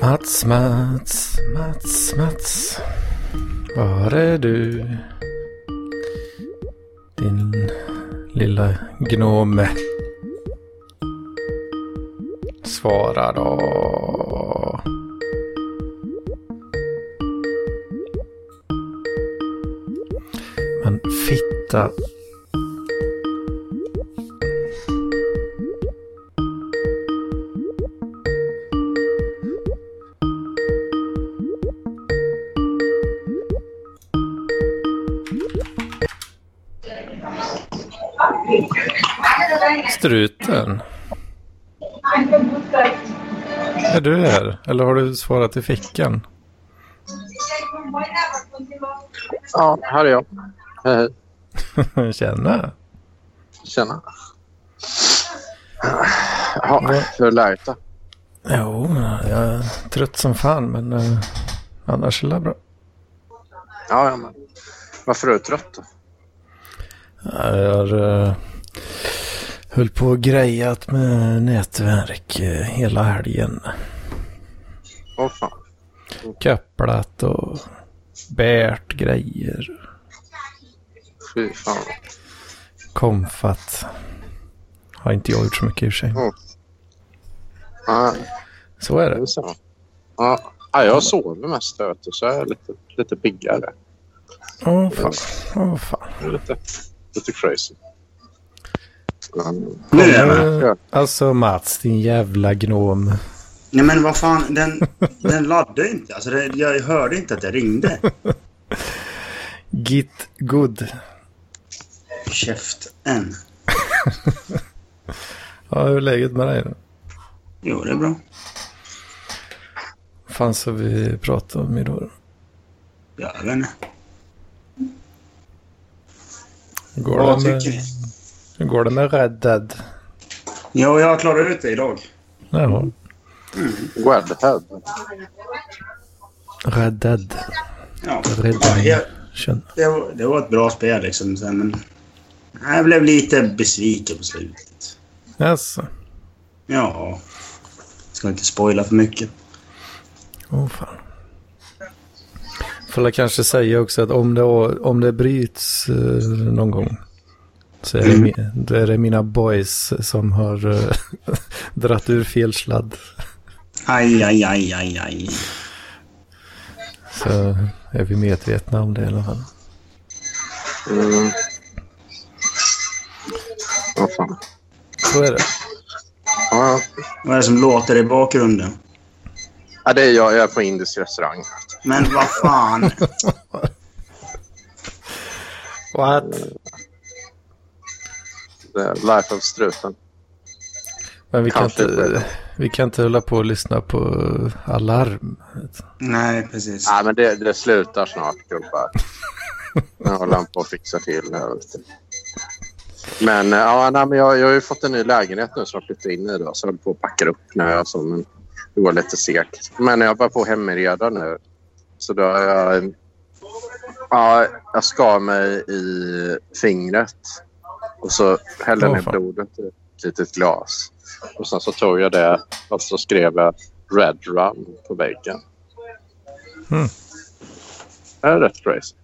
Mats, Mats, Mats, Mats. Var är du? Din lilla gnome. Svara då. Men fitta. Struten. Är du här? Eller har du svarat i fickan? Ja, här är jag. Hej, hej. Tjena. Tjena. Ja, hur är läget då? Jo, jag är trött som fan men eh, annars är det bra. Ja, ja, men varför är du trött då? Jag uh, höll på och grejat med nätverk eh, hela helgen. Åh fan. Kopplat och bärt grejer. Fy fan. Komfat. Har inte jag gjort så mycket i och för sig. Ja, Så är det är det. så. Ja, ja, jag sover mest här, vet du, så jag är lite, lite piggare. Åh fan. Åh fan. Jag är Lite, lite crazy. Mm. Eh, Alltså Mats, din jävla gnom. Nej men vad fan, den, den laddade inte. Alltså det, jag hörde inte att det ringde. Git good. Käften. Ja, hur är läget med dig då? Jo, det är bra. Fan så vi pratade om idag. Jag vet inte. Hur går, Vad det med, tycker ni? hur går det med Red Dead? Jo, jag klarar ut det idag. Jaha. Redhead. Red Dead. Ja. Red Ja, Dead. jag- Känn. det, var, det var ett bra spel liksom. Sen, men jag blev lite besviken på slutet. Jaså? Ja. Ska inte spoila för mycket. Åh fan. Får jag kanske säga också att om det, om det bryts eh, någon gång så är det, mi, då är det mina boys som har eh, dratt ur fel sladd. Aj, aj, aj, aj, aj. Så är vi medvetna om det i alla fall. Mm. Åh fan. Så är det. Ja, Vad är det som låter i bakgrunden? ja, det är jag. Jag är på indisk restaurang. Men vad fan. What? Det är Life of struten. Men vi kan, Kanske inte, inte. vi kan inte hålla på och lyssna på alarm. Nej, precis. Nej, men det, det slutar snart, gubbar. Nu håller han på att fixa till det här. vet du. Men eh, ja, nej, men jag, jag har ju fått en ny lägenhet nu som jag flyttade in i. Då, så jag höll på att packa upp nu. Alltså, men det var lite segt. Men jag var på hemreda nu. Så då har jag... Ja, jag skar mig i fingret. Och så hällde jag Åh, ner fan. blodet i ett litet glas. Och sen så tog jag det och så skrev jag Red Rum på väggen. Mm. Det är rätt crazy.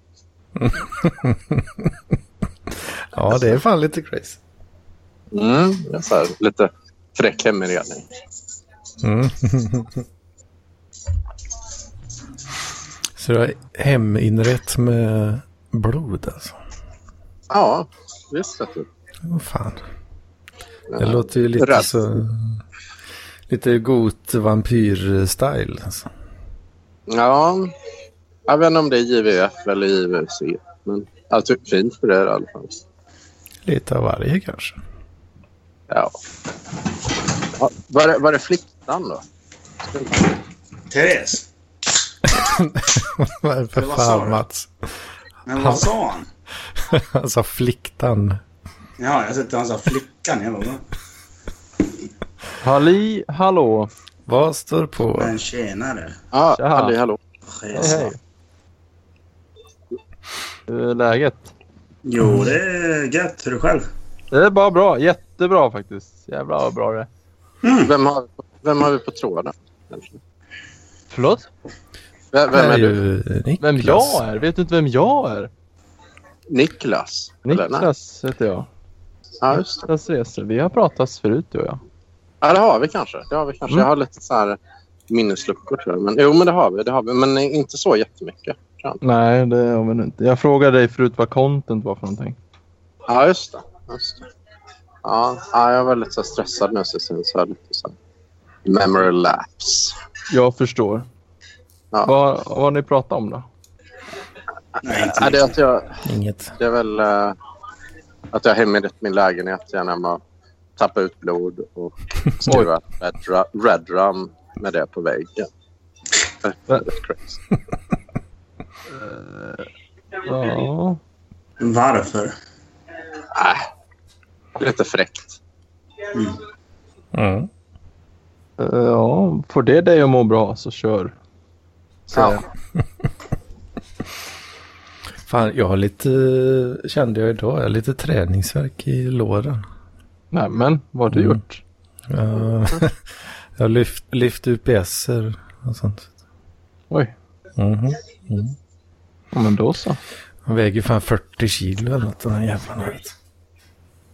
Ja, det är fan lite crazy. Mm. Det är så här, lite fräck heminredning. Mm. Så du har heminrett med blod alltså. Ja, visst vet du. Åh fan. Det låter ju lite Rätt. så... Lite god vampyr-style. Alltså. Ja, jag vet inte om det är JVF eller JVC. Men jag tycker fint för det i alla fall. Lite av varje kanske. Ja. Ja, Var är, var är flickan då? Therese. Vad för Men vad sa fan du? Mats? Men vad sa han? Alltså fliktan. Ja, jag tyckte han sa flickan. Jag bara, Halli, hallå. Vad står på? men tjenare. Ja, Tja. Halli hallå. Chesa. Hej. Hur är läget? Jo, det är gött. Hur är du själv? Det är bara bra. Jättebra faktiskt. Jävlar vad bra det är. Vem har, vem Vem har vi på tråden? Förlåt? Vem, vem är Nej, du? eh, Niklas. Vem jag är? Vet du inte vem jag är? Niklas? Eller? nej? Niklas heter jag. Ja, just det. Niklas Reser. Vi har pratats förut du och jag. Ja, det har vi kanske. Det har vi kanske. Mm. Jag har lite så här minnesluckor tror jag. Men, jo, men det har vi. Det har vi. Men inte så jättemycket. Nej, det har vi nog inte. Jag frågade dig förut vad content var för någonting. Ja, just det. Just det. Ja, ja, jag är väldigt så här, stressad nu. Så sen så här, lite så här. Memory lapse. Jag förstår. Ja. Vad, vad har ni pratat om då? Nej, inte Ja, det, är att jag, Inget. det är väl eh, att jag har hemligt min lägenhet genom att tappa ut blod och skriva red, dra- red drum med det på väggen. Det är väldigt crazy. Ja. Varför? Det är Ah, Lite fräckt. Mm. eh, ja, får det dig att må bra så kör. Ja. Fan, jag har lite, kände jag idag, jag har lite träningsverk i låren. Nej men, vad har du Mm. gjort? Jag, jag har lyft, lyft UPSer och sånt. Oj, Mhm. ja, men då så. Han väger fan 40 kilo eller något, den här jävlarna. vet du.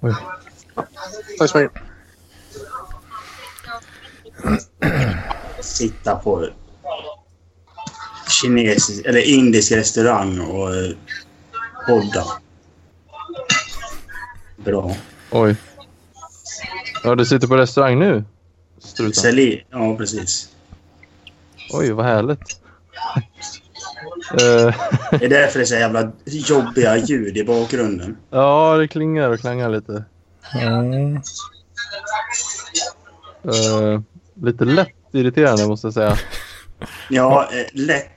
Oj. Tack så mycket. Sitta på kinesisk eller indisk restaurang och eh, podda. Bra. Oj. Ja, du sitter på restaurang nu? Strutan. Sälj... Ja, precis. Oj, vad härligt. Eh, Det är därför det är så jävla jobbiga ljud i bakgrunden. ja, det klingar och klangar lite. Mm. Eh, lite lätt irriterande måste jag säga. Ja, eh, lätt.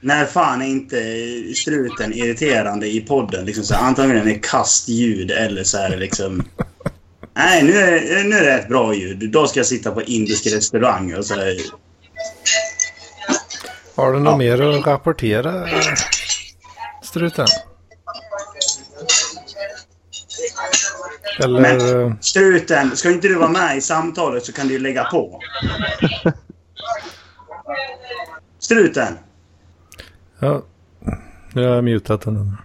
När fan är inte eh, struten irriterande i podden? Liksom så här, antagligen är kast ljud eller så här liksom... Nej, nu är, nu är det ett bra ljud. Då ska jag sitta på indisk restaurang och så här, Har du något mer att rapportera, struten? Eller... eh, Struten, ska inte du vara med i samtalet så kan du ju lägga på. Struten! Ja, nu har jag mutat den.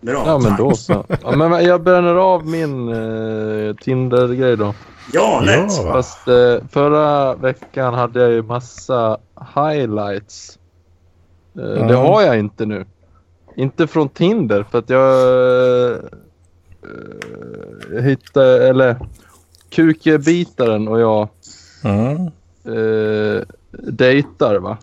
Bra. Ja, men tack. då så. Ja, men jag bränner av min eh, Tinder-grej då. Ja, lätt. Fast eh, förra veckan hade jag ju massa highlights. Eh, Det Ja. har jag inte nu. Inte från Tinder för att jag eh, hittade, eller kukebitaren och jag Mm. eh, dejtar va.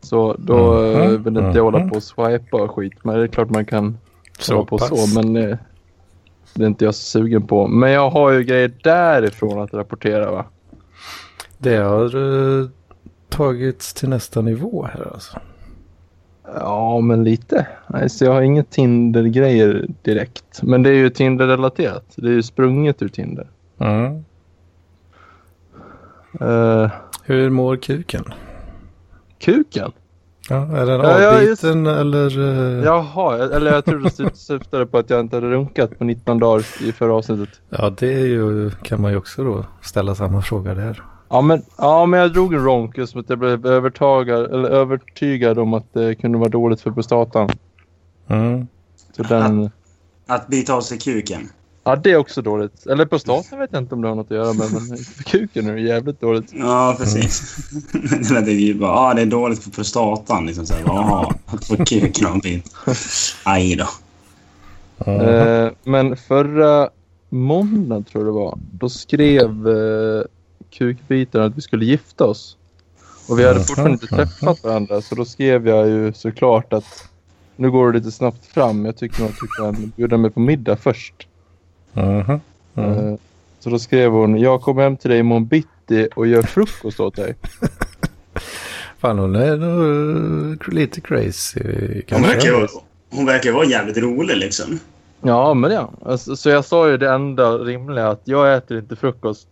Så då eh, Mhm. vill inte jag hålla Mhm. på och swipa och skit. Men det är klart man kan Så hålla på pass. så. Men eh, det är inte jag så sugen på. Men jag har ju grejer därifrån att rapportera va. Det har eh, tagits till nästa nivå här alltså. Ja, men lite. Nej, så jag har inget Tinder-grejer direkt. Men det är ju Tinder-relaterat. Det är ju sprunget ur Tinder. Mm. Eh, Hur mår kuken? kuken? Ja, är den Ja, ja, just- avbiten eller? eh, Jaha, eller jag trodde du syftade på att jag inte hade runkat på 19 dagar i förra avsnittet. ja, det är ju, kan man ju också då ställa samma fråga där. Ja, men, ja, men jag drog en ronk just för att jag blev övertagad, eller övertygad om att det kunde vara dåligt för prostatan. Mm. Så den... Att bita av sig kuken. Ja, det är också dåligt. Eller prostatan vet jag inte om det har något att göra med, men för kuken är det jävligt dåligt. Ja, precis. det lät ju bara, ja, det är dåligt för prostatan. Liksom så här, jaha, att få kuken avbit. Aj då. Mm. Eh, men förra måndagen tror jag det var, då skrev eh, kukbiten att vi skulle gifta oss. Och vi hade fortfarande inte träffat varandra så då skrev jag ju såklart att nu går det lite snabbt fram. Jag tycker nog att du kan bjuda mig på middag först. Mhm. Mm. Eh, så då skrev hon, jag kommer hem till dig imorgon bitti och gör frukost åt dig. Fan, hon är nog eh, lite crazy Hon verkar, kanske. ju- hon verkar vara jävligt rolig liksom. Ja, men ja. Alltså, så jag sa ju det enda rimliga att jag äter inte frukost.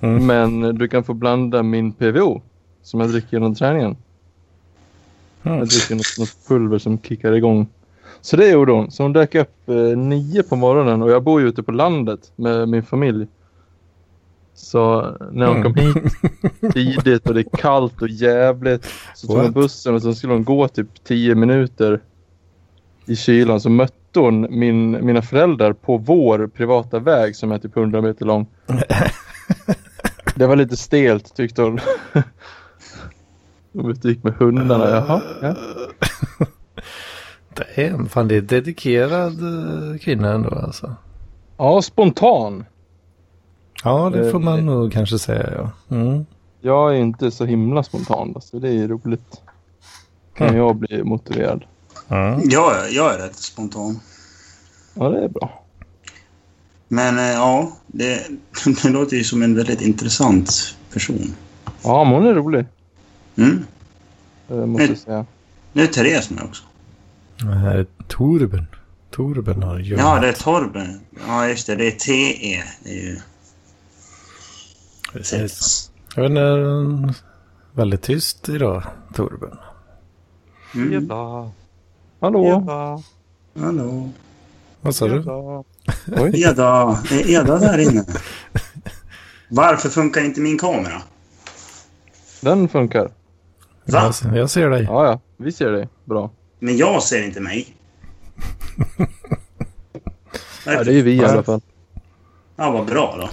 Mm. Men du kan få blanda min PVO som jag dricker genom träningen. Mm. Jag dricker något, något pulver som kickar igång. Så det gjorde hon. Så hon dök upp eh, nio på morgonen och jag bor ju ute på landet med min familj. Så när hon Mm. kom hit tidigt och det är kallt och jävligt så tog hon What? bussen och sen skulle hon gå typ 10 minuter i kylan. Så mötte hon min, mina föräldrar på vår privata väg som är typ 100 meter lång. Det var lite stelt tyckte hon. Hon gick med hundarna. Jaha, ja. Damn, fan det är dedikerad eh, kvinna ändå alltså. ja, spontan. Ja, det Eh, får det- man nog kanske säga ja. Mm. Jag är inte så himla spontan, så det är roligt. Kan jag bli motiverad. Ja. Jag, är- jag är rätt spontan. Ja, det är bra. Men eh, ja, det, det låter ju som en väldigt intressant person. Ja, men hon är rolig, Mm. eh, måste Mm. jag säga. Det är Therese med också. Det här är Torben. Torben har Ja, gjort. det är Torben. Ja, just det. Det är TE. Det är ju Precis. Therese. Jag vet inte, väldigt tyst idag, Torben. Mm. Hallå! Hallå. Vad sa du? Oj. Eda. Är Eda där inne? Varför funkar inte min kamera? Den funkar. Va? Jag, jag ser dig. Ja, ja. Vi ser dig. Bra. Men jag ser inte mig. Ja, det är vi i alla fall. Ja, vad bra då.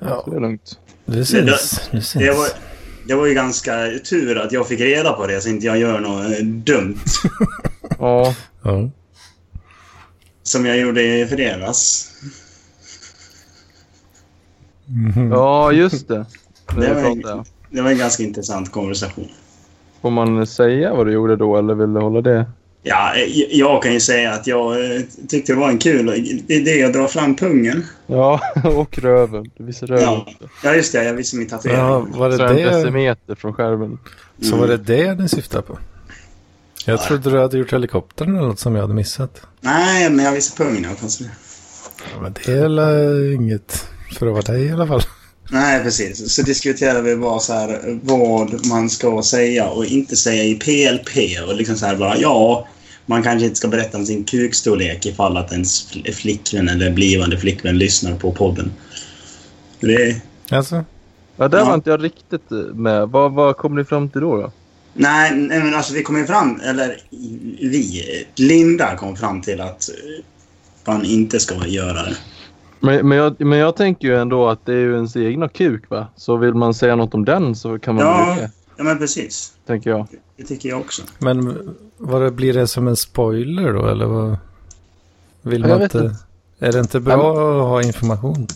Ja, Det är lugnt. det syns. Det syns. Det var, det var ju ganska tur att jag fick reda på det så inte jag gör något eh, dumt. Ja, Ja. Som jag gjorde i fredags. ja just det. Mm. Det Det var är inget. bra det. Det var en ganska intressant konversation. Får man säga vad du gjorde då eller vill du hålla det? Ja, eh, jag kan ju säga att jag eh, tyckte det var en kul idé att dra fram pungen. Ja, och röven. Du visar röven. Ja, ja just det. Jag visade min tatuering. ja, var det Så en det? decimeter från skärmen. Så var det Mm. det ni syftade på? Jag trodde du hade gjort helikoptern eller något som jag hade missat. Nej, men jag visade pungen. Jag kan se. Ja, men det är väl inget för att vara dig i alla fall. Nej, precis. Så diskuterade vi bara så här, vad man ska säga och inte säga i PLP. Och liksom så här bara, ja, man kanske inte ska berätta om sin kukstorlek ifall att ens fl- flickvän eller blivande flickvän lyssnar på podden. Det, Alltså, Ja, där Ja. var inte jag riktigt eh, med. Vad, vad kom ni fram till då? då? nej, nej, men alltså vi kom ju fram, eller vi, Linda kom fram till att eh, man inte ska göra det. Men, men, jag, men jag tänker ju ändå att det är ju ens egna kuk va? Så vill man säga något om den så kan man Ja. väl det, Ja, men precis. tänker jag. Det tycker jag också. men vad det, blir det som en spoiler då eller vad? Vill Ja, man jag vet inte? Är det inte bra att ha information?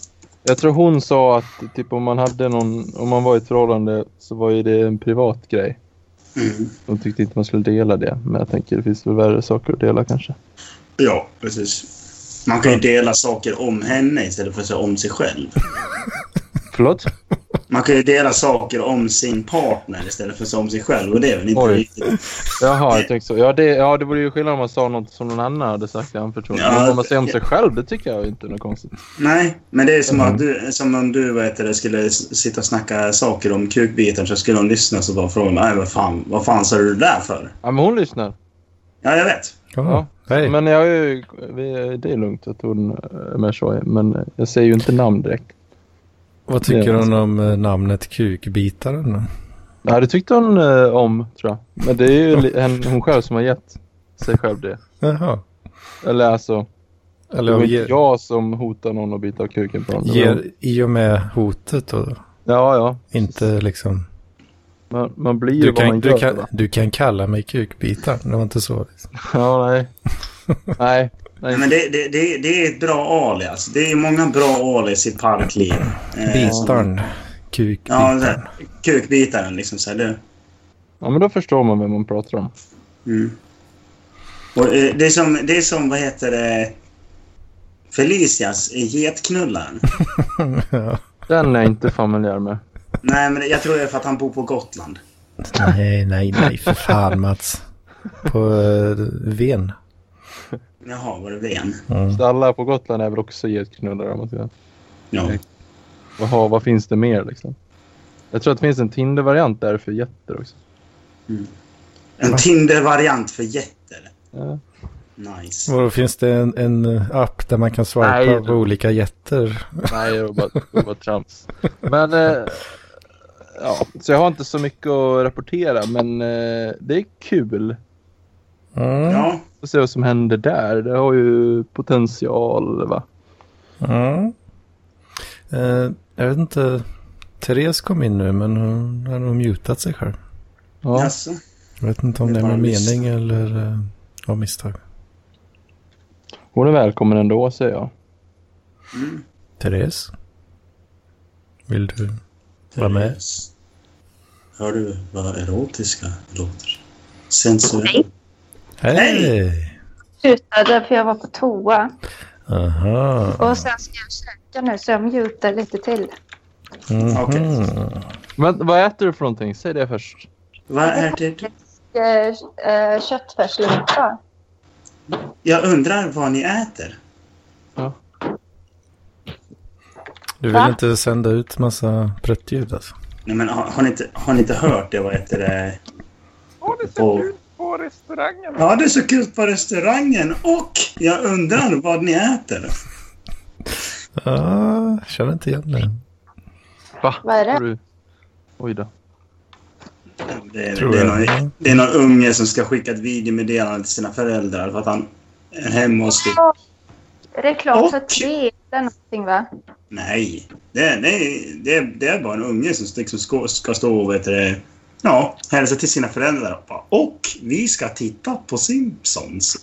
Jag tror hon sa att typ om man hade någon, om man var i ett förhållande så var ju det en privat grej. Mm. De tyckte inte man skulle dela det. Men jag tänker det finns väl värre saker att dela kanske. Ja, precis. Man kan ju dela saker om henne istället för att säga om sig själv. Förlåt? Man kan ju dela saker om sin partner istället för som sig själv och det är väl inte Oj. riktigt... Jaha, jag tänkte så. Ja det, ja, det vore ju skillnad om man sa något som någon annan hade sagt i anförtroende. Ja, men vad man säger om ja. sig själv, det tycker jag inte är något konstigt. Nej, men det är som, att du, som om du vad heter det, skulle s- sitta och snacka saker om kukbiten så skulle hon lyssna och bara fråga mig vad fan, vad fan sa du det där för? Ja, men hon lyssnar. Ja, jag vet. Ja, hej. Men jag är ju, vi- det är lugnt att hon är med så. Men jag säger ju inte namn direkt. Vad tycker Ja. hon om eh, namnet Kukbitaren? då? Ja, det tyckte hon eh, om, tror jag. Men det är ju li- hen, hon själv som har gett sig själv det. Jaha. Eller alltså, det Eller var av inte ge, jag som hotar någon att bita av kuken på honom. Det var- ger, i och med hotet då? Ja, ja. Inte liksom... Man, man blir ju Du vad kan, man du, gör. kan, va? du kan kalla mig Kukbitaren. Det var inte så. Liksom. Ja, nej. nej. Nej, Nej. men det, det, det, det är ett bra alias. Det är många bra alias i parkliv. Eh, Bitaren. Ja, Kukbitaren. det där. kukbitaren liksom. Så här, det, Ja, men då förstår man vem man pratar om. Mm. Och, eh, det, är som, det är som, vad heter det, Felicias eh, getknullaren. Ja. Den är jag inte familjär med. Nej, men jag tror det är för att han bor på Gotland. Nej, nej, nej. För fan Mats. På uh, Ven. Jaha, var det Ven? Så alla på Gotland är väl också getknullare om man säger. Ja. Jaha, vad finns det mer liksom? Jag tror att det finns en Tinder-variant där för getter också. En Tinder-variant för getter. Ja. Nice. Vadå, finns det en, en app där man kan swipa Nej, på olika jätter? Nej, det var bara, det var bara trams. Men, eh, ja, så jag har inte så mycket att rapportera, men eh, det är kul. Mm. Ja, Får se vad som händer där. Det har ju potential, va? Mm. Eh, jag vet inte. Therese kom in nu, men hon har nog mutat sig själv. Ja, jaså. Jag vet inte om det är Det med var en miss. mening eller eh, av misstag. hon är välkommen ändå, säger jag. Mm. Therese? Vill du? Vad med? Therese. Hör du vad erotiska låter? Sensuellt. Hej! Slutade för jag var på toa. Aha. Och sen ska jag käka nu så jag mutar lite till. Mhm. Okej. Men vad äter du för någonting? Säg det först. Vad är det? Eh, eh, Köttfärslimpa. Jag undrar vad ni äter. Du vill Va? inte sända ut massa pruttljud alltså? Nej, men har, har, ni inte, har ni inte hört det? Vad heter det? Och- på restaurangen. Ja, det är så kul på restaurangen och jag undrar vad ni äter. Ah, känner inte igen det. Va? Vad är det? Har du- Oj då. Det är, Tror det är, jag. Mm. någon, det är någon unge som ska skicka ett videomeddelande till sina föräldrar för att han är hemma hos dig. Reklam för Och- tre eller någonting va? Nej, det, det, det, det är bara en unge som liksom ska, ska stå och vet du, det, ja, hälsa till sina föräldrar. och bara, Och vi ska titta på Simpsons.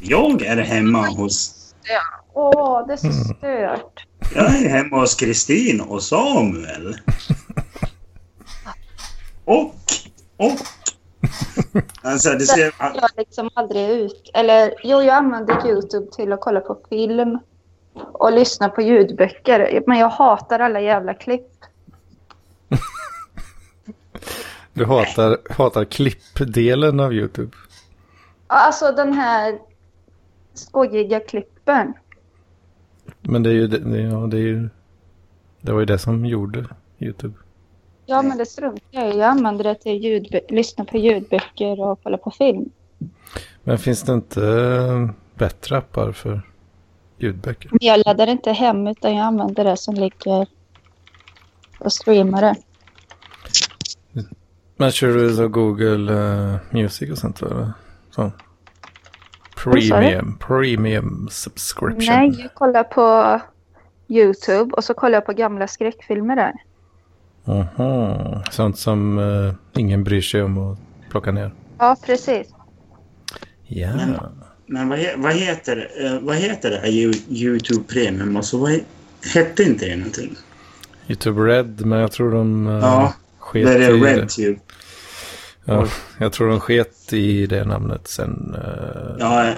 Jag är hemma hos... Åh, det är så stört. Jag är hemma hos Kristin och Samuel. Och... Och... Alltså, det ser... Jag liksom aldrig ut. Eller jo, jag använder YouTube till att kolla på film och lyssna på ljudböcker. Men jag hatar alla jävla klipp. Du hatar, hatar klippdelen av YouTube. Alltså den här skojiga klippen. Men det är ju det, det- ja, det, är ju, det var ju det som gjorde YouTube. Ja, men det struntar jag i. Jag använder det till ljudbö- lyssna på ljudböcker och kolla på film. Men finns det inte eh, bättre appar för ljudböcker? Men jag laddar inte hem utan jag använder det som ligger och streamar det. Men kör du så Google eh, Music och sånt? Eller? Så. du? Premium, premium subscription. Nej, jag kollar på YouTube och så kollar jag på gamla skräckfilmer där. Aha. Sånt som eh, ingen bryr sig om att plocka ner. Ja, precis. Ja. Men- Men vad, he, vad, heter, eh, vad heter det här Yo- YouTube Premium? Alltså, vad he, hette inte det någonting? YouTube Red, men jag tror de eh, Ja, sket Det är i det det. RedTube. Ja, jag tror de sket i det namnet sen. eh, Ja, eh,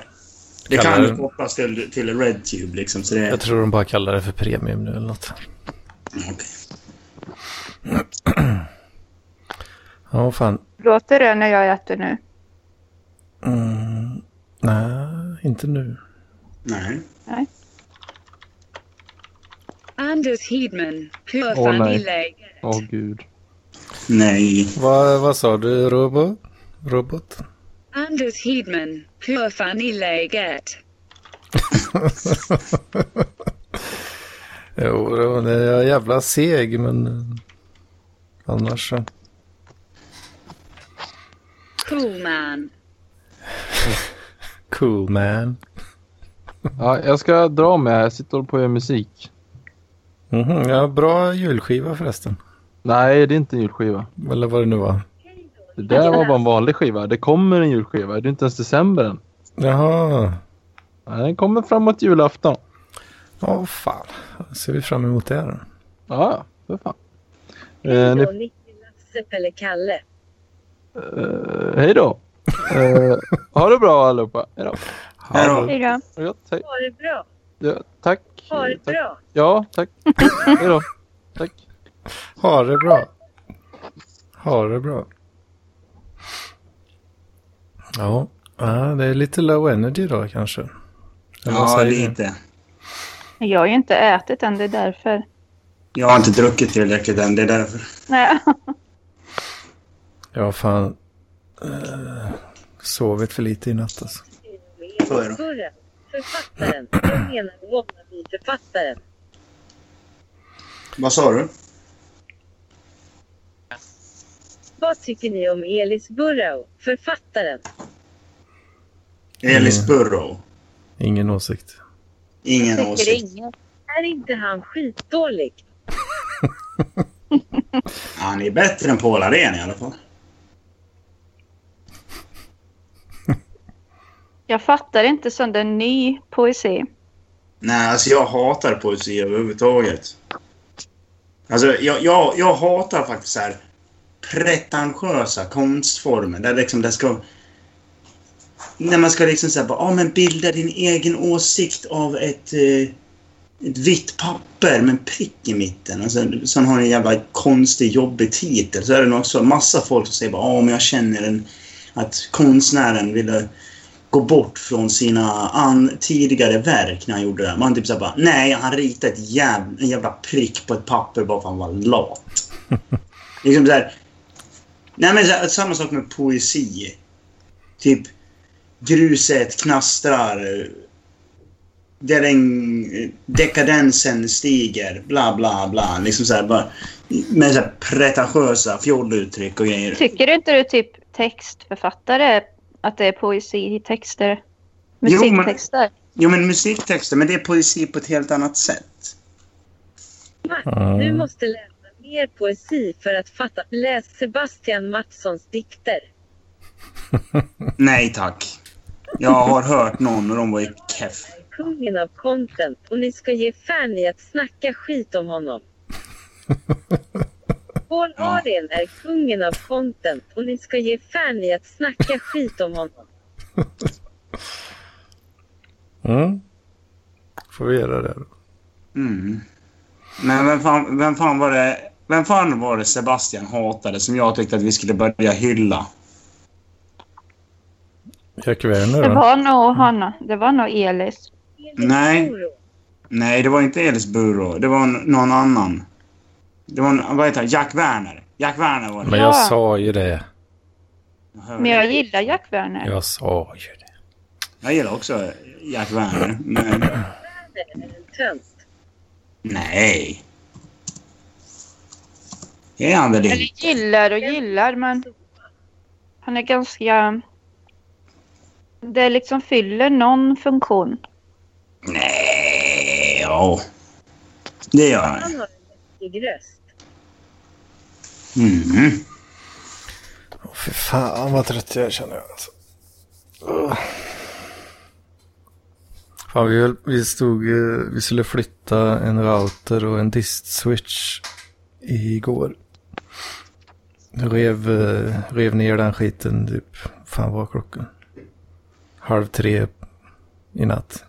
det Kallar kan ju den- kopplas till, till RedTube liksom. Så det, Jag tror de bara kallar det för premium nu eller något. Okej. Ja, fan. Låter det när jag äter nu? Mm, nej, inte nu. Nej. Anders Hedman, pure Åh, nej. funny leg. Åh gud. Nej. Vad, vad sa du, robot? Robot? Anders Hedman, pure funny leg at. Jo, det var- det är en jävla seg, men eh, annars så. Cool man. Cool man. Ja, jag ska dra med. Jag sitter och håller på och gör musik. Mhm, ja, bra julskiva förresten. Nej, det är inte en julskiva. Eller vad det nu var. Det där var bara en vanlig skiva. Det kommer en julskiva. Det är inte ens december än. Jaha. Nej, Den kommer framåt julafton. Åh fan. Ser vi fram emot det då? Ja, ja, för fan. Eh, ni, Lasse eller Kalle. eh, hej då. Eh, ha det bra allihopa. Hej då. Här då. Hej då. Ha det gott. Hej. Ha det bra. Ja, tack. Ha det Mm, tack. bra. Ja, tack. Hej då. Tack. Ha det bra. Ha det bra. Ja, ja, det är lite low energy då kanske. Eller vad Ja, säger ni? lite. Jag har ju inte ätit än, det är därför. Jag har inte druckit tillräckligt än. Det är därför. Nej. Jag har fan eh, sovit för lite i natt alltså. Förr. Förra. Författaren. Jag menar wannabe-författaren. Vad sa du? Vad tycker ni om Elis Burrow, författaren? Elis Burrow. Ingen åsikt. Ingen Tycker åsikt. ingen. Är inte han skitdålig? Han är bättre än Paul Arén i alla fall. Jag fattar inte sån där ny poesi. Nej, alltså jag hatar poesi överhuvudtaget. Alltså jag, jag, jag hatar faktiskt så här pretentiösa konstformer där liksom det ska... När man ska liksom säga bara, ja men bilda din egen åsikt av ett, eh, ett vitt papper med en prick i mitten. Alltså, sen har den en jävla konstig, jobbig titel. Så är det också massa folk som säger bara, ja men jag känner en, att konstnären ville gå bort från sina an, tidigare verk när han gjorde det. Man typ såhär bara, nej, han ritade ett jäv, en jävla prick på ett papper bara för han var lat. liksom såhär... Nej men så här, samma sak med poesi. Typ, gruset knastrar. Där den, dekadensen stiger, bla bla bla. Liksom såhär bara... Med såhär pretentiösa fjolluttryck och grejer. Tycker inte du typ textförfattare att det är poesi i texter? Jo, men- Musiktexter? Jo men musiktexter, men det är poesi på ett helt annat sätt. Max, Ja. du måste läsa mer poesi för att fatta. Läs Sebastian Mattssons dikter. Nej tack. Jag har hört någon och de var ju keff. Kungen av content och ni ska ge fan i att snacka skit om honom. Paul Ja. Arén är kungen av content och ni ska ge fan i att snacka skit om honom. Mm. Får vi göra det då? Mm. Men vem fan, vem fan var det... Vem fan var det Sebastian hatade som jag tyckte att vi skulle börja hylla? Jack Werner Det då? var nog honom. Det var nog Elis. Nej. Nej, det var inte Elis Buro. Det var n- någon annan. Det var... en- Vad heter han? Jack Werner. Jack Werner var det. Men jag sa ju det. Men jag gillar Jack Werner. Jag sa ju det. Jag gillar också Jack Werner. Men... Tönt. Nej. Är han väl det? Eller gillar och gillar, men han är ganska... Det liksom fyller någon funktion. Nej, ja. Det gör han. Han har en läskig röst. Mm. Åh, fy fan vad trött jag är, känner jag. Alltså. Ugh. Fan, vi, höll- vi stod, eh, vi skulle flytta en router och en dist-switch igår. Rev, eh, rev ner den skiten typ, fan vad var klockan? Halv tre i natt.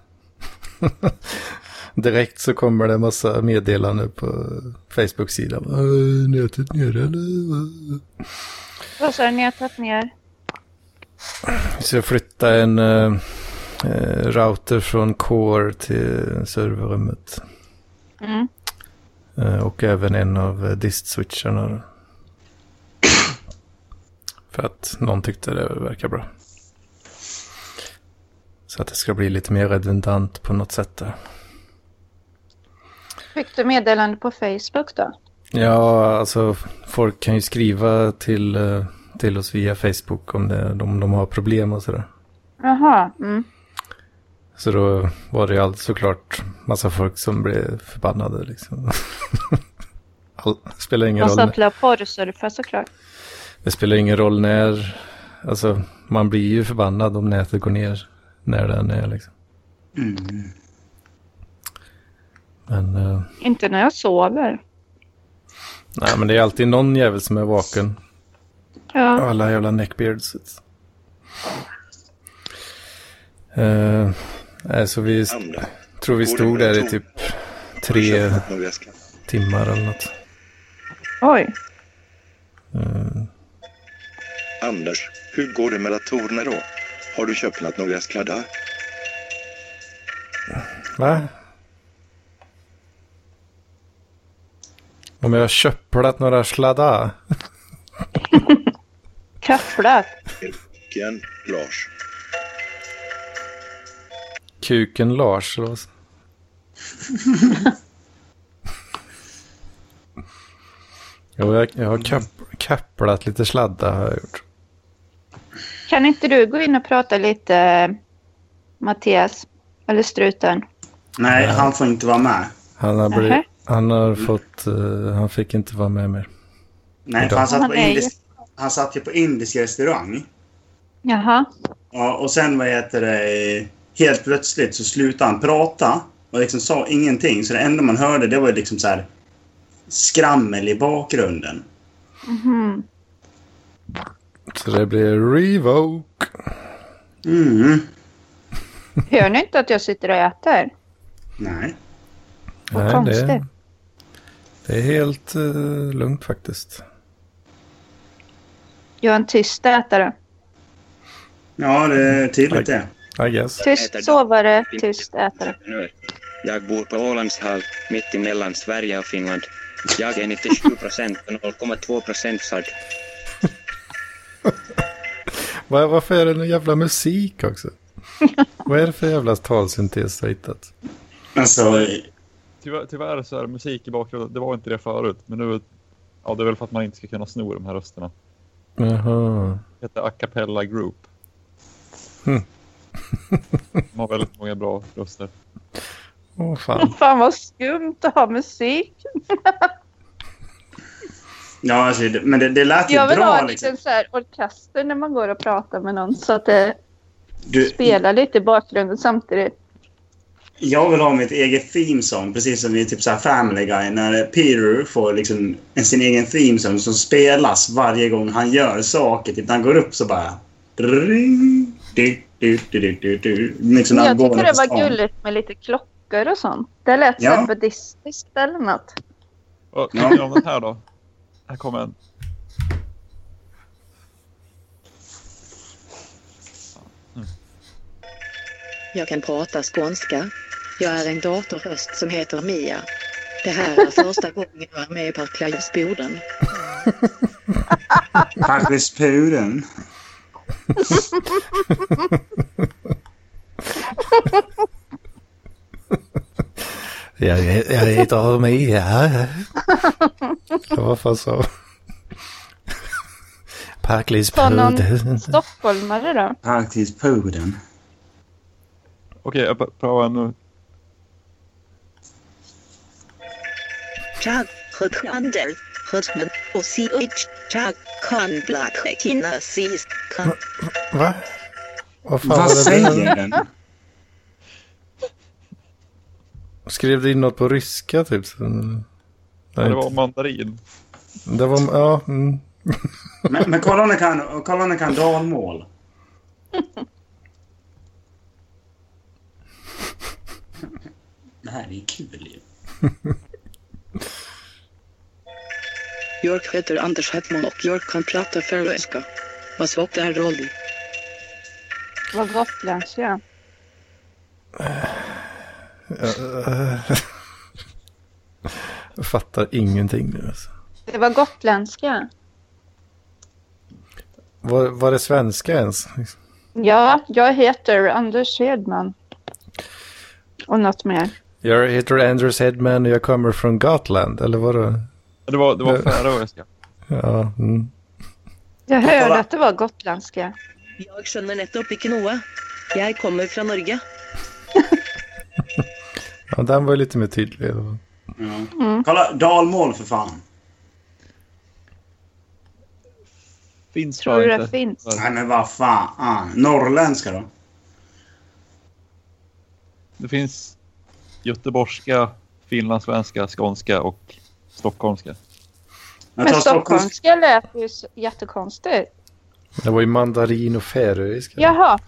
Direkt så kommer det en massa meddelanden på Facebook-sidan. "Äh, Nätet nere eller? vad?" Vad sa du ni har tagit ner? Så jag flyttade en eh, eh, router från Core till serverrummet. Mm. Eh, och även en av eh, dist-switcharna. då. För att någon tyckte det verkar bra. Så att det ska bli lite mer redundant på något sätt där. Fick du meddelande på Facebook då? Ja, alltså folk kan ju skriva till, eh, till oss via Facebook om, det, om de har problem och sådär. Jaha. Mm. Så då var det ju all, såklart massa folk som blev förbannade liksom. all, spelar ingen Och roll. så la porrsurfa såklart. Det spelar ingen roll när, alltså man blir ju förbannad om nätet går ner när den är liksom. Mm. Men, eh, Inte när jag sover. nej men det är alltid någon jävel som är vaken. Ja. Och alla jävla neckbeards. Eh, nej, så vi st- tror vi stod där i typ tre timmar eller något. Oj. Anders, hur går det med datorerna då? Har du köpt några sladdar? Va? Om jag har köpplat några sladdar? Kafflat. Ken, Lars. Kuken Lars. eller vad s- jo, jag, jag har kap- kapplat lite sladda har jag gjort. Kan inte du gå in och prata lite, eh, Mattias? Eller struten? Nej, han får inte vara med. Han har, Nähä. blivit, han har fått, eh, han fick inte vara med mer. Nej, för Idag. han satt, Han på är ju- indisk, han satt ju på indisk restaurang. Jaha. Ja, och sen vad heter det, helt plötsligt så slutade han prata och liksom sa ingenting. Så det enda man hörde det var ju liksom så här skrammel i bakgrunden. Mhm. Så det blir revoke. Mm. Hör ni inte att jag sitter och äter? Nej. Vad Nej, konstigt. det, det är helt eh, lugnt faktiskt. Jag är en tyst ätare. Ja, det är tydligt det. I guess. Tyst sovare, tyst ätare. Nu. Jag bor på Ålandshav, mitt emellan Sverige och Finland. Jag är 97 procent och 0,2 procent sad. Var, varför är det någon jävla musik också? Vad är det för jävla talsyntes du har hittat? Alltså, Tyvärr, tyvärr så är det musik i bakgrunden. Det var inte det förut, men nu... Ja, det är väl för att man inte ska kunna sno de här rösterna. Jaha. Det heter A Cappella Group. Hmm. De har väldigt många bra röster. Åh fan. Fan vad skumt att ha musik. ja, alltså, det- men det, det lät ju Jag vill ha bra en liksom. liten så här orkester när man går och pratar med någon så att det Du, spelar lite i bakgrunden samtidigt. jag vill ha mitt eget theme song, precis som i typ så här Family Guy när Peter får liksom en- sin egen theme song som spelas varje gång han gör saker. Typ när han går upp så bara... Du, du, du, du, du, du. Liksom när han Men jag går tyckte på det var stan. gulligt med lite klockor och sånt. Det lät Ja. ja. så här buddhistiskt eller något. Vad tycker ni om den här då? Här kommer en. Jag kan prata skånska. Jag är en datorröst som heter Mia. Det här är första gången jag är med i Parklivsboden. Faktiskt puren. Jag, jag heter Mia. Ja, vad fan sa hon? Ta någon Parklidspodden. stockholmare då. Faktiskt puren. Okej, jag pr- provar en nu. Chag, Huthandel, Hutmed, Osich, Chag, Kan, Black, Kina, Sis, Kan. Va? Vad fan Vad var det där? säger den? Skrev du in något på ryska typ? Så- Nej, Det var inte. mandarin. det var... Ja, mm. Men, men kolla om ni kan, kolla om ni kan dalmål. Det här är kul ju. Jag heter Anders Hedman och jag kan prata färöiska. Vad svagt är roligt. Vad gotländsk jag är. Jag fattar ingenting nu alltså. Det var gotländska. Var, var det svenska ens? Ja, jag heter Anders Hedman. Och något mer. Jag heter Anders Hedman och jag kommer från Gotland. Eller var det? Det var, det var färöiska. Ja. Mm. Jag hörde Kolla. att det var gotländska. Jag skjønner nettopp ikke noe. Jeg kommer fra Norge. ja, den var ju lite mer tydlig. Ja. Mm. Kolla dalmål för fan. Finns Tror du bara det inte. finns? Nej men vad fan. Norrländska då? Det finns göteborgska, finlandssvenska, skånska och stockholmska. Jag Men tar Stockholms... stockholmska lät ju så jättekonstigt. Det var ju mandarin och färöiska. Jaha,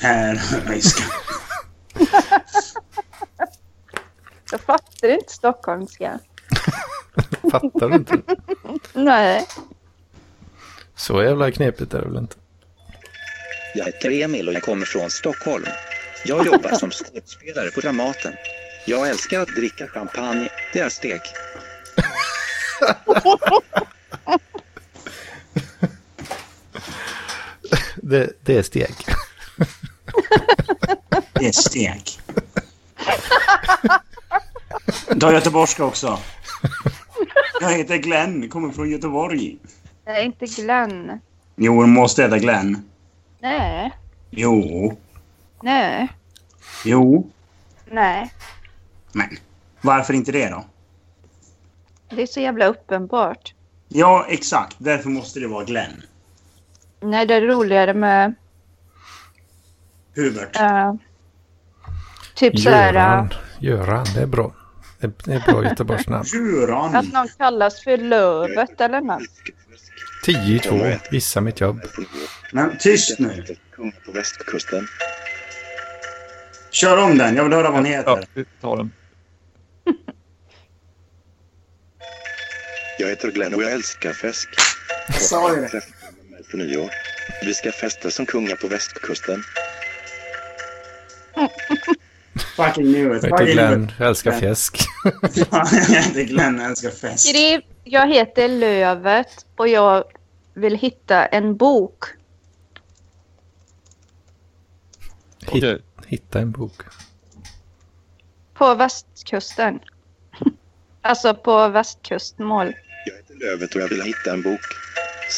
Färöiska. jag fattar inte stockholmska. Fattar du inte? Nej. Så jävla knepigt är det väl inte? Jag heter Emil och jag kommer från Stockholm. Jag jobbar som skådespelare på Dramaten. Jag älskar att dricka champagne. Det är stek. Det, det är steg. Det är stek. Du har göteborgska också. Jag heter Glenn, kommer från Göteborg. Det är inte Glenn. Jo, du måste heta Glenn. Nej. Jo. Nej. Jo. Nej. Men varför inte det då? Det är så jävla uppenbart. Ja, exakt. Därför måste det vara Glenn. Nej, det är roligare med... Hubert. eh, typ så här... eh, Göran, det är bra. Det är- det är bra göteborgsnamn. Att någon kallas för Lövet eller något. 10-2, gissa mitt jobb. Men tyst nu. Kung på västkusten. Kör om den. Jag vill höra vad han heter. Ja, ta den. Jag heter Glenn och jag älskar fest. Sa jag det? På nyår. Vi ska festa som kungar på västkusten. Fucking knew Jag it. heter Fucking Glenn, knew it. jag älskar fjäsk. Ja, jag heter Glenn, jag älskar fest. Skriv, jag heter Lövet och jag vill hitta en bok. Hitt, hitta en bok. På västkusten. Alltså på västkustmål. Lövet och jag vill hitta en bok.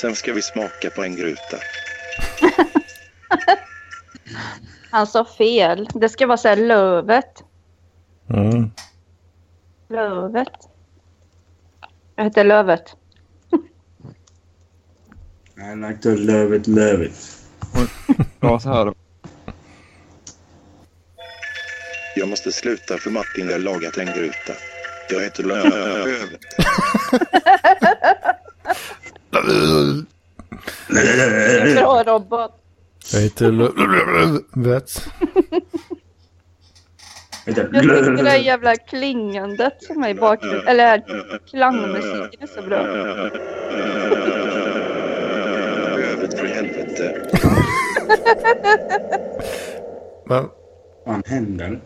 Sen ska vi smaka på en gruta. Han sa fel. Det ska vara så här Lövet. Mm. Lövet. Jag heter Lövet. I like to love it, love it. Ja, så här. Jag måste sluta för Martin har lagat en gruta. Jag heter Lövet. Bra robot. Jag heter Lövet. Jag tycker det där jävla klingandet som är i bakgrunden. Eller här klangmusiken är så bra. Lövet för helvete. Vad Vad händer?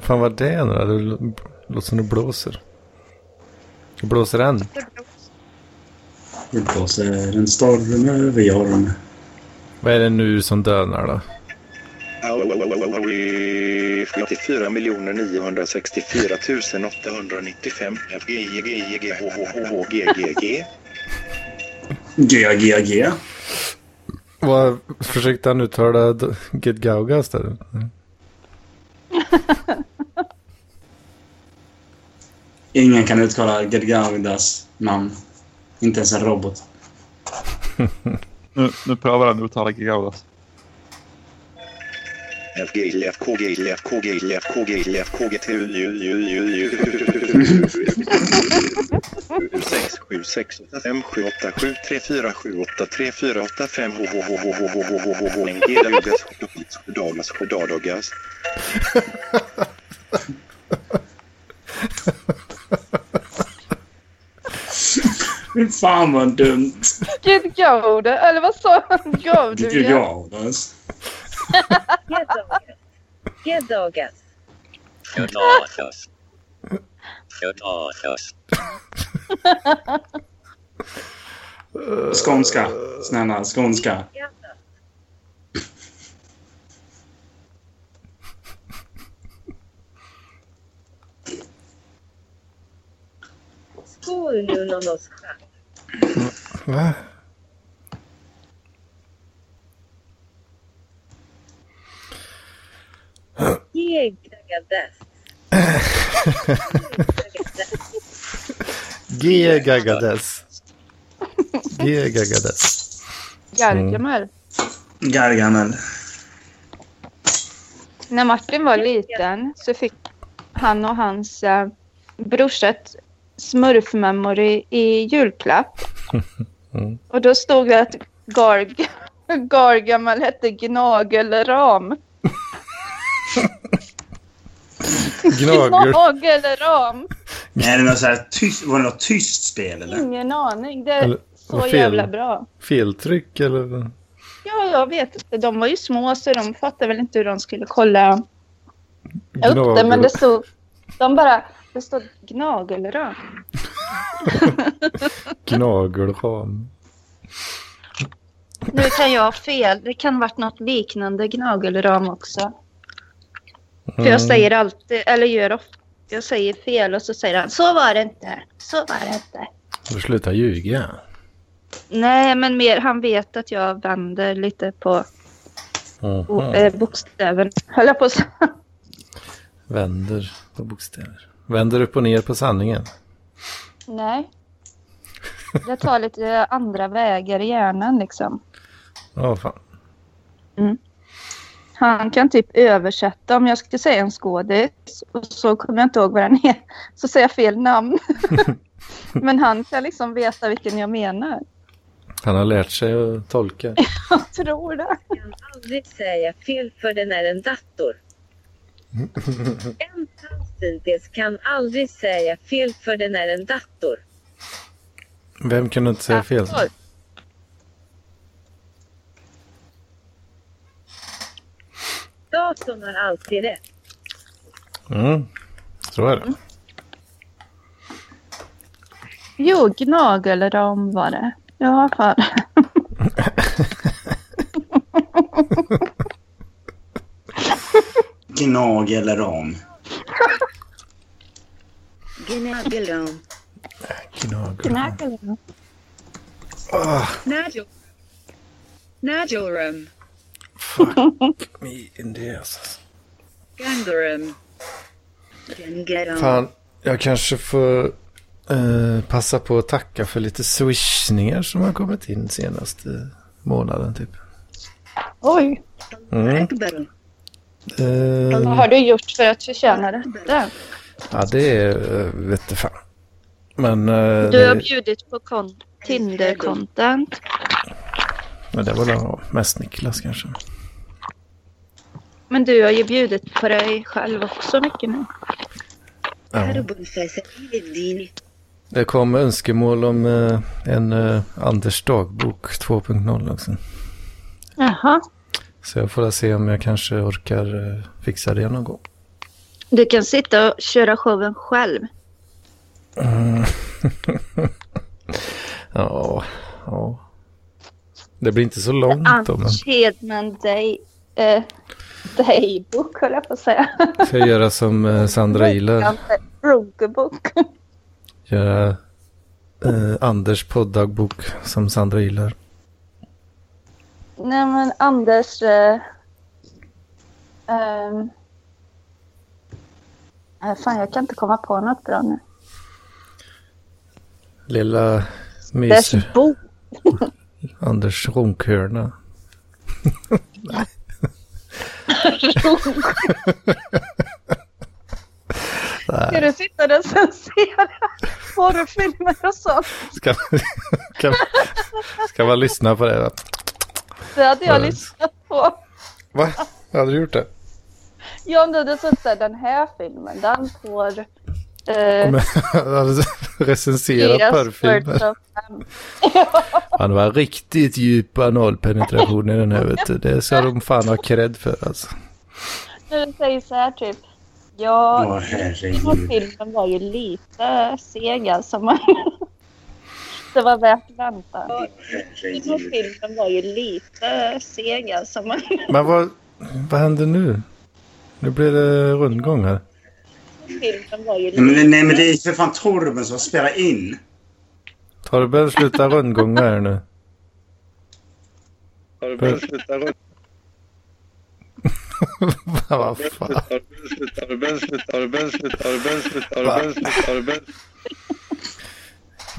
fan var det nu då? Det l- låter som det blåser. Det blåser än. Det blåser en storm över Jorm. Vad är det nu som dönar Au, då? au, au, au, au, i 74 964 895 FGIGIGHHHGGG. GGG. Vad försökte han uttala d- Get Gaugas där? Ingen kan uttala Gedgaudas namn. Inte ens en robot. Nu, nu prövar han uttala Gaudas. Fy fan vad dumt. Vilket gav du? Eller vad sa han? Gav du? igen? Gedgaudas. Gedagas. Skånska. Snälla, skånska. Skål nu någon oss. Va? Gedagas. G-gagades. G-gagades. Gargamel. Gargamel. När Martin var liten så fick han och hans eh, brorsa ett smurfmemory i julklapp. Mm. Och då stod det att Garg Gargamel hette Gnagelram. Gnagel. Gnagelram. Är det något så här tyst, var det något tyst spel eller? Ingen aning. Det är Eller, vad så fel. jävla bra. Feltryck eller? Ja, jag vet inte. De var ju små så de fattade väl inte hur de skulle kolla upp det. Men det stod... De bara... Det stod Gnagelram. Gnagelham. Nu kan jag ha fel. Det kan varit något liknande gnagelram också. För jag säger alltid, eller gör ofta, jag säger fel och så säger han så var det inte, så var det inte. Du slutar ljuga. Nej, men mer han vet att jag vänder lite på bo, Aha. eh, bokstäverna. Höll jag på att säga. Vänder på bokstäver. Vänder upp och ner på sanningen. Nej. Jag tar lite andra vägar i hjärnan liksom. Ja, fan. Han kan typ översätta om jag ska säga en skådis och så kommer jag inte ihåg vad den är. Så säger jag fel namn. Men han kan liksom veta vilken jag menar. Han har lärt sig att tolka. Jag tror det. Aldrig säga fel för den är en dator. En Tansides kan aldrig säga fel för den är en dator. Vem kunde inte säga fel? Datorn har alltid rätt. Mm. Så är det. Jo, gnagelram var det. Jag har för Gnag eller ram. Gnagelom. Gnagelram. Ah, Nagel. Nagelrum. Fuck me in the ass. Gangarum. Gangarum. Fan, jag kanske får eh, passa på att tacka för lite swishningar som har kommit in senaste månaden typ. Oj, Mm. vad Eh, har du gjort för att förtjäna detta? ja, det är, eh, vet du fan. Men eh, Du har det, bjudit på kon- Tinder-content. men det var då mest Niklas kanske. Men du har ju bjudit på dig själv också mycket nu. Ja. Karobunfesevdin. Det kom önskemål om eh, en eh, Anders dagbok 2.0 också. Jaha. Så jag får se om jag kanske orkar eh, fixa det någon gång. Du kan sitta och köra showen själv. Mm. ja, ja. Det blir inte så långt då, men Anders Hedman Day... Eh, Daybook höll jag på att säga. får jag göra som eh, Sandra gillar. Runkebook. Göra eh, Anders poddagbok som Sandra gillar. Nej men Anders... Eh, ehm, eh, fan jag kan inte komma på något bra nu. Lilla mys Ders bok. Anders runkhörna. Nej. Ska du sitta och recensera porrfilmer och sånt? Ska, ska, ska man lyssna på det? va? Det hade Ja. jag lyssnat på. Va? Hade du gjort det? Ja om du hade suttit där, den här filmen, den får... Eh, Om jag hade recenserat porrfilmer. av Ja, det var riktigt djup analpenetration i den här vet du. Det ska de fan ha cred för alltså. När du säger så här typ. Ja, Åh, den herregud. här filmen var ju lite seg alltså. Man... Det var värt väntan. Den här filmen var ju lite seg alltså. Man... Men vad, vad händer nu? Nu blir det rundgång här. Filmen var ju Nej men, det- nej, men lite... det är för fan Torben som spelar in. Torben, sluta rundgånga här nu. Torben, sluta runda. vad fan. Torben, sluta Torben, sluta Torben, sluta Torben, sluta Torben.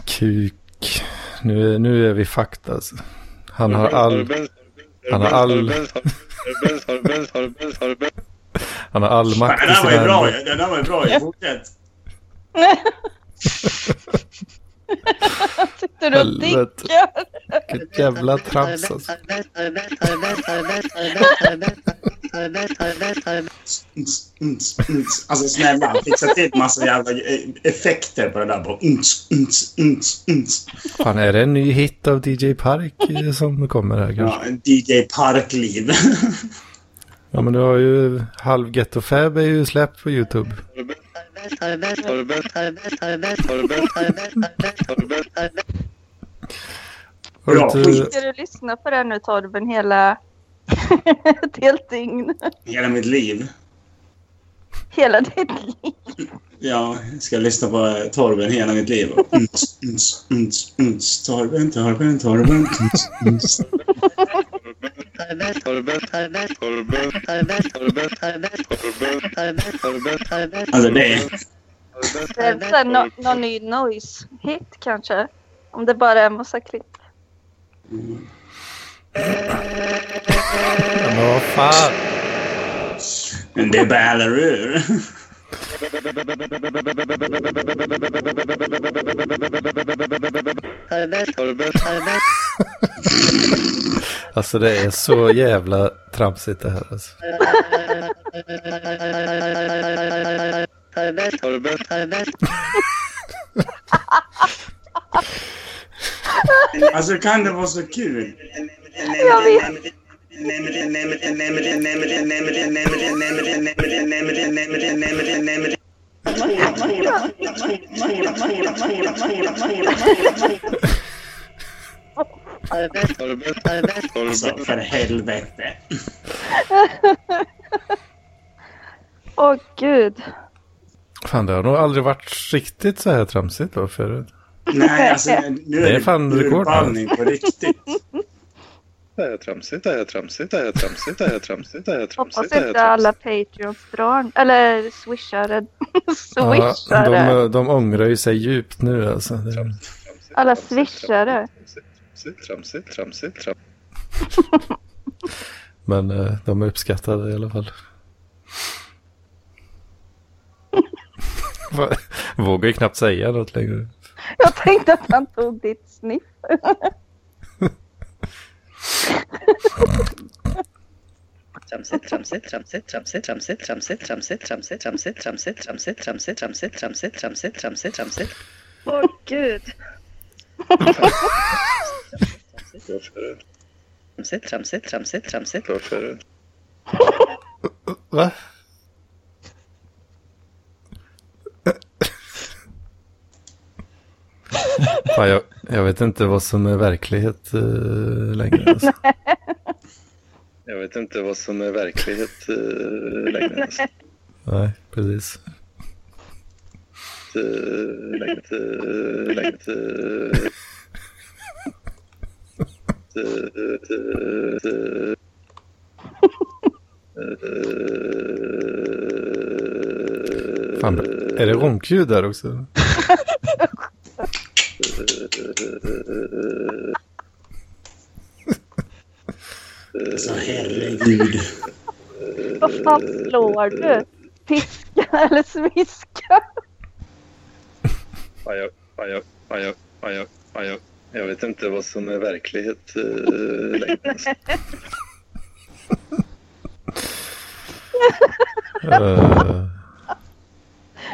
Kuk. Nu, är- nu är vi fakt alltså. Han har all... Han har all... Torben, Torben, Torben, Torben. Han har all makt Den i där var sina ju bra ju. händer. Den där var ju bra ju. Fortsätt. Sitter du och Helvete. dickar? Vilket jävla trams alltså. Ns, ns, ns. Alltså snälla, fixa till massa jävla eh, effekter på det där bara. Ns, ns, ns, ns. Fan, är det en ny hit av DJ Park eh, som kommer här kanske? Ja, DJ Parkliv. Ja, men du har ju... Halv Ghetto Fab är ju släppt på YouTube. Har du Bra. inte... Ska du lyssna på det nu Torben hela... Ett helt dygn? Hela mitt liv. hela ditt liv. Ja, jag ska lyssna på eh, Torben hela mitt liv. Uns, uns, uns, uns, Torben, Torben, Torben. Uns, uns. Alltså det är... Det är så här nå- någon ny noise-hit kanske. Om det bara är en massa klipp. Ja, Men vad fan. Men det ballar ur. Alltså det är så jävla tramsigt det här. Alltså. Alltså kan det vara så kul? Jag vet. Alltså för helvete. Åh gud. Fan, det har nog aldrig varit riktigt så här tramsigt då förut. Nej, alltså nu Det är är fan nu är rekord, ballning på riktigt. Det är tramsigt, det är tramsigt, det är tramsigt, det är tramsigt, det är tramsigt, Hoppas det är inte alla Patreons drar. Eller swishare. Ja, swishare. de, de ångrar ju sig djupt nu alltså. Det- Alla swishare. tramsigt, tramsigt, tramsigt, tramsigt. Men eh, de är uppskattade i alla fall. Va- Vågar ju knappt säga något längre. Jag tänkte att han tog ditt sniff. Tramsigt, tramsigt, tramsigt, tramsigt, tramsigt, tramsigt, tramsigt, tramsigt, tramsigt, tramsigt, tramsigt, tramsigt, tramsigt, tramsigt, tramsigt, tramsigt, tramsigt. Åh gud. Tramsigt, tramsigt, tramsigt, tramsigt. Va? Fan, jag, jag vet inte vad som är verklighet eh, längre. Alltså. Jag vet inte vad som är verklighet eh, längre. Alltså. Nej, precis. Eh, längre, eh, längre, eh, eh, eh, Fan, är det ronkljud där också? Så Alltså, herregud. Vad fan slår du? Piska eller sviska? Fan, jag- fan, jag- fan, jag- fan, jag- fan, jag- Jag vet inte vad som är verklighet eh, längre. Alltså. Eh,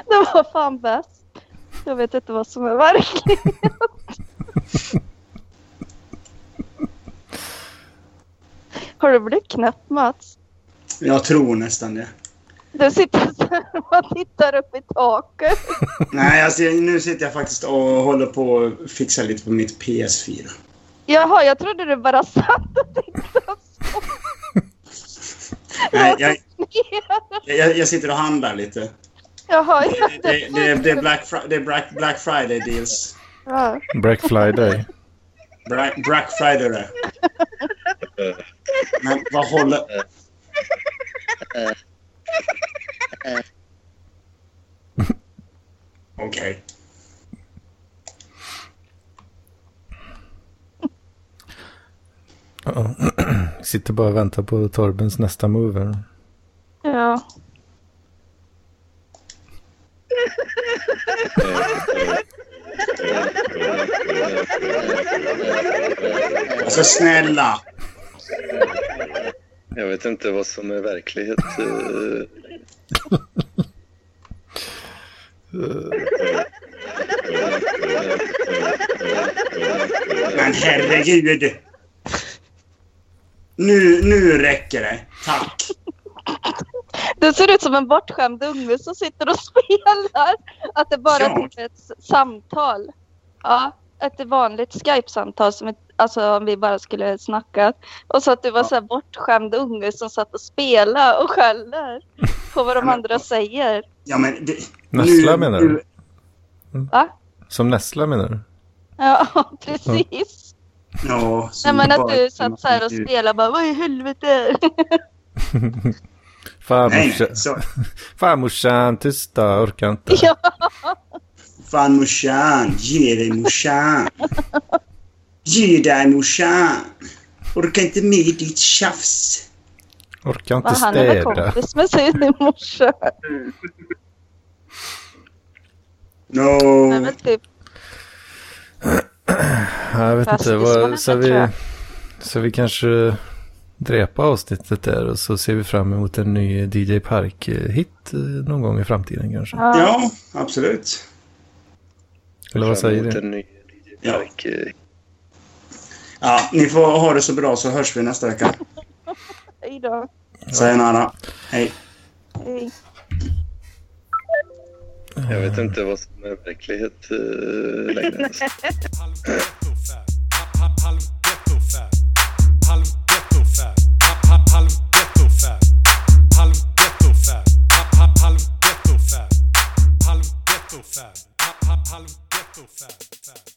Det var fan bäst. Jag vet inte vad som är verkligt. Har du blivit knäpp Mats? Jag tror nästan det. Du sitter så här och tittar upp i taket. Nej, alltså jag- nu sitter jag faktiskt och håller på och fixar lite på mitt PS4. Jaha, jag trodde du bara satt och tittade så. Nej, jag, jag, jag sitter och handlar lite. Jaha, ja. Det, det, det, det är Black, Fri- det är Black, Black Friday deals. ja. Black Friday. Black, Black Friday det. Men vad håller... Okej. Ja. Sitter bara och väntar på Torbens nästa move. här. ja. Alltså snälla. Jag vet inte vad som är verklighet. eh, Men herregud. Nu, nu räcker det. Tack. Du ser ut som en bortskämd unge som sitter och spelar. Att det bara Ja. är ett s- samtal. Ja, ett vanligt Skype-samtal som ett, alltså om vi bara skulle snacka. Och så att du var så här bortskämd unge som satt och spelade och skäller på vad de andra säger. Ja, men det, Nässla nu- menar nu- du? Va? Som Nässla menar du? Ja, precis. Ja, Nej, men att du satt så här och spelade bara, vad i helvete? Fan Nej, morsan. så- Fan morsan, tysta, orkar inte. ja, Fan morsan, ge dig morsan. Ge dig morsan. Orkar inte med ditt tjafs. Orkar inte vad han är väl städa. kompis med sin morsa. No. Nej, men typ, Ja, jag vet Fast inte. det ska man Vad, inte så, tror vi, jag. så vi kanske dräpa avsnittet där och så ser vi fram emot en ny DJ Park-hit eh, någon gång i framtiden kanske. ja. Ja, absolut. Eller vad säger du? En ny Ja. Park, eh, ja, ni får ha det så bra så hörs vi nästa vecka. Hej då. Sayonara. Hej. Hej. Jag vet inte vad som är verklighet eh, längre. Alltså. Halv ghetto-fab.